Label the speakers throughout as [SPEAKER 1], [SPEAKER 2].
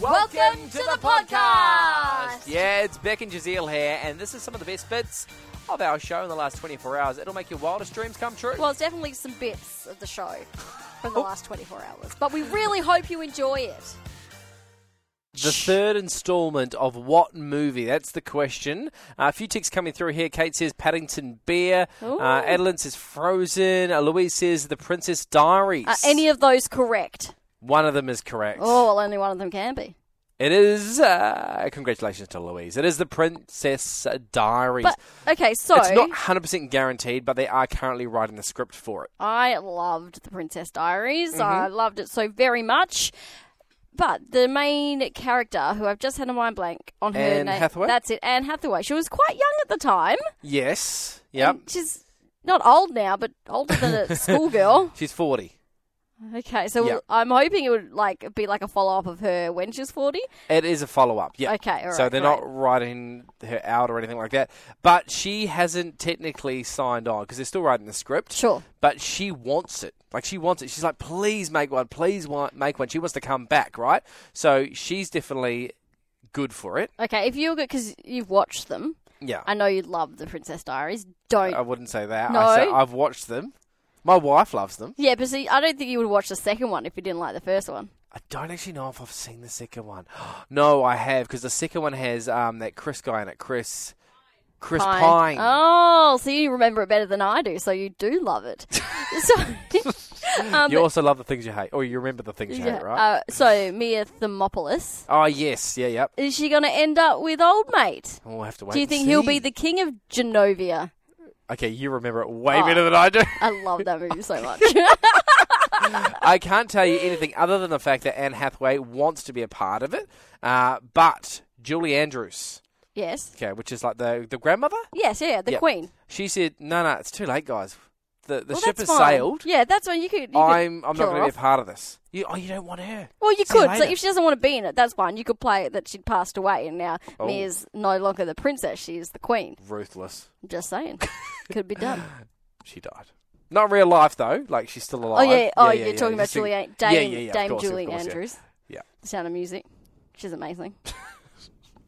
[SPEAKER 1] Welcome to the podcast.
[SPEAKER 2] Yeah, it's Beck and Giselle here, and this is some of the best bits of our show in the last 24 hours. It'll make your wildest dreams come true.
[SPEAKER 1] Well, it's definitely some bits of the show from the
[SPEAKER 2] Oh.
[SPEAKER 1] last 24 hours, but we really hope you enjoy it.
[SPEAKER 2] The third installment of what movie? That's the question. Uh, a few ticks coming through here. Kate says Paddington Bear. Uh,
[SPEAKER 1] Ooh.
[SPEAKER 2] Adeline says Frozen. Uh, Louise says The Princess Diaries.
[SPEAKER 1] Are Uh, any of those correct?
[SPEAKER 2] One of them is correct.
[SPEAKER 1] Oh, well, only one of them can be.
[SPEAKER 2] It is. Uh, congratulations to Louise. It is The Princess Diaries.
[SPEAKER 1] But okay, so
[SPEAKER 2] It's not 100% guaranteed, but they are currently writing the script for it.
[SPEAKER 1] I loved The Princess Diaries. I
[SPEAKER 2] Mm-hmm.
[SPEAKER 1] loved it so very much. But the main character, who I've just had a mind blank on her
[SPEAKER 2] Anne
[SPEAKER 1] name,
[SPEAKER 2] Hathaway?
[SPEAKER 1] that's it, Anne Hathaway. She was quite young at the time.
[SPEAKER 2] Yes. Yep.
[SPEAKER 1] And She's not old now, but older than a schoolgirl.
[SPEAKER 2] She's 40.
[SPEAKER 1] Okay, so
[SPEAKER 2] Yep.
[SPEAKER 1] I'm hoping it would like be like a follow up of her when she's forty.
[SPEAKER 2] It is a follow up. Yeah.
[SPEAKER 1] Okay, all
[SPEAKER 2] so
[SPEAKER 1] right,
[SPEAKER 2] they're
[SPEAKER 1] great.
[SPEAKER 2] not writing her out or anything like that. But she hasn't technically signed on because they're still writing the script.
[SPEAKER 1] Sure.
[SPEAKER 2] But she wants it. Like she wants it. She's like, please make one. Please wa- make one. She wants to come back, right? So she's definitely good for it.
[SPEAKER 1] Okay, if you because you've watched them,
[SPEAKER 2] Yeah.
[SPEAKER 1] I know you love the Princess Diaries. Don't.
[SPEAKER 2] I wouldn't say that.
[SPEAKER 1] No.
[SPEAKER 2] I say, I've watched them. My wife loves them.
[SPEAKER 1] yeah, but see, I don't think you would watch the second one if you didn't like the first one.
[SPEAKER 2] I don't actually know if I've seen the second one. no, I have because the second one has um, that Chris guy in it, Chris, Chris Pine.
[SPEAKER 1] Oh, so you remember it better than I do, so you do love it. so, um,
[SPEAKER 2] you also love the things you hate, or you remember the things you
[SPEAKER 1] yeah,
[SPEAKER 2] hate, right?
[SPEAKER 1] uh, so Mia Thermopolis,
[SPEAKER 2] oh yes, yeah, yep.
[SPEAKER 1] is she going to end up with old mate?
[SPEAKER 2] We'll have to wait.
[SPEAKER 1] Do you
[SPEAKER 2] and
[SPEAKER 1] think he'll
[SPEAKER 2] see.
[SPEAKER 1] be the king of Genovia?
[SPEAKER 2] Okay, you remember it way
[SPEAKER 1] Oh.
[SPEAKER 2] better than I do.
[SPEAKER 1] I love that movie so much.
[SPEAKER 2] I can't tell you anything other than the fact that Anne Hathaway wants to be a part of it, uh, but Julie Andrews,
[SPEAKER 1] yes.
[SPEAKER 2] okay, which is like the the grandmother,
[SPEAKER 1] Yes, yeah, the
[SPEAKER 2] Yeah.
[SPEAKER 1] queen.
[SPEAKER 2] she said, "No, no, it's too late, guys. The the
[SPEAKER 1] well,
[SPEAKER 2] ship
[SPEAKER 1] that's
[SPEAKER 2] has
[SPEAKER 1] fine.
[SPEAKER 2] sailed."
[SPEAKER 1] Yeah, that's when you could. You could
[SPEAKER 2] I'm I'm not
[SPEAKER 1] kill
[SPEAKER 2] going to
[SPEAKER 1] her
[SPEAKER 2] be a
[SPEAKER 1] off.
[SPEAKER 2] part of this. You, oh, you don't want her.
[SPEAKER 1] Well, you
[SPEAKER 2] See you
[SPEAKER 1] could. so
[SPEAKER 2] later.
[SPEAKER 1] if she doesn't want to be in it, that's fine. You could play it that she'd passed away and now
[SPEAKER 2] Oh.
[SPEAKER 1] Mia's no longer the princess. She is the queen.
[SPEAKER 2] Ruthless.
[SPEAKER 1] I'm just saying. could be done.
[SPEAKER 2] She died. Not in real life though. Like she's still
[SPEAKER 1] Oh
[SPEAKER 2] alive.
[SPEAKER 1] yeah. Oh, you're talking about
[SPEAKER 2] Just think-
[SPEAKER 1] Julie, Dame,
[SPEAKER 2] yeah, yeah, of
[SPEAKER 1] Dame
[SPEAKER 2] course, of
[SPEAKER 1] Julie
[SPEAKER 2] course, yeah.
[SPEAKER 1] Andrews.
[SPEAKER 2] Yeah.
[SPEAKER 1] The Sound of Music. She's amazing.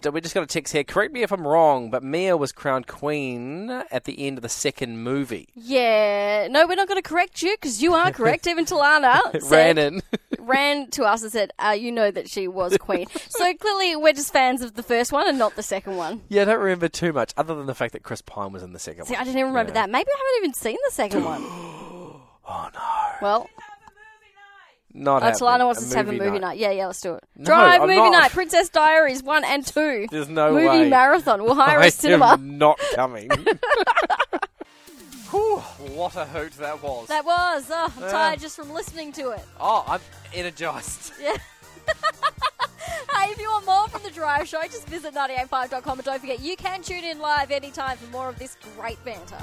[SPEAKER 2] So we're just going to text here. Correct me if I'm wrong, but Mia was crowned queen at the end of the second movie.
[SPEAKER 1] Yeah. No, we're not going to correct you because you are correct. Even Talana
[SPEAKER 2] It
[SPEAKER 1] said,
[SPEAKER 2] ran in.
[SPEAKER 1] ran to us and said, uh, "You know that she was queen." so clearly, we're just fans of the first one and not the second one.
[SPEAKER 2] yeah, I don't remember too much other than the fact that Chris Pine was in the second
[SPEAKER 1] See, I
[SPEAKER 2] one.
[SPEAKER 1] didn't even remember
[SPEAKER 2] Yeah.
[SPEAKER 1] that. Maybe I haven't even seen the second one.
[SPEAKER 2] Oh no,
[SPEAKER 1] Well,
[SPEAKER 2] not.
[SPEAKER 1] uh,
[SPEAKER 2] happening.
[SPEAKER 1] Talana wants us to have a movie night. Yeah, yeah, let's do it. Drive
[SPEAKER 2] I'm
[SPEAKER 1] movie
[SPEAKER 2] not.
[SPEAKER 1] night, Princess Diaries one and two.
[SPEAKER 2] There's no
[SPEAKER 1] movie
[SPEAKER 2] way.
[SPEAKER 1] marathon. We'll hire
[SPEAKER 2] I
[SPEAKER 1] a cinema.
[SPEAKER 2] am not coming. Whew, what a hoot that was.
[SPEAKER 1] That was. Oh, I'm
[SPEAKER 2] Yeah.
[SPEAKER 1] tired just from listening to it.
[SPEAKER 2] oh, I'm energized.
[SPEAKER 1] Hey, if you want more from The Drive Show, just visit 985.com and don't forget you can tune in live anytime for more of this great banter.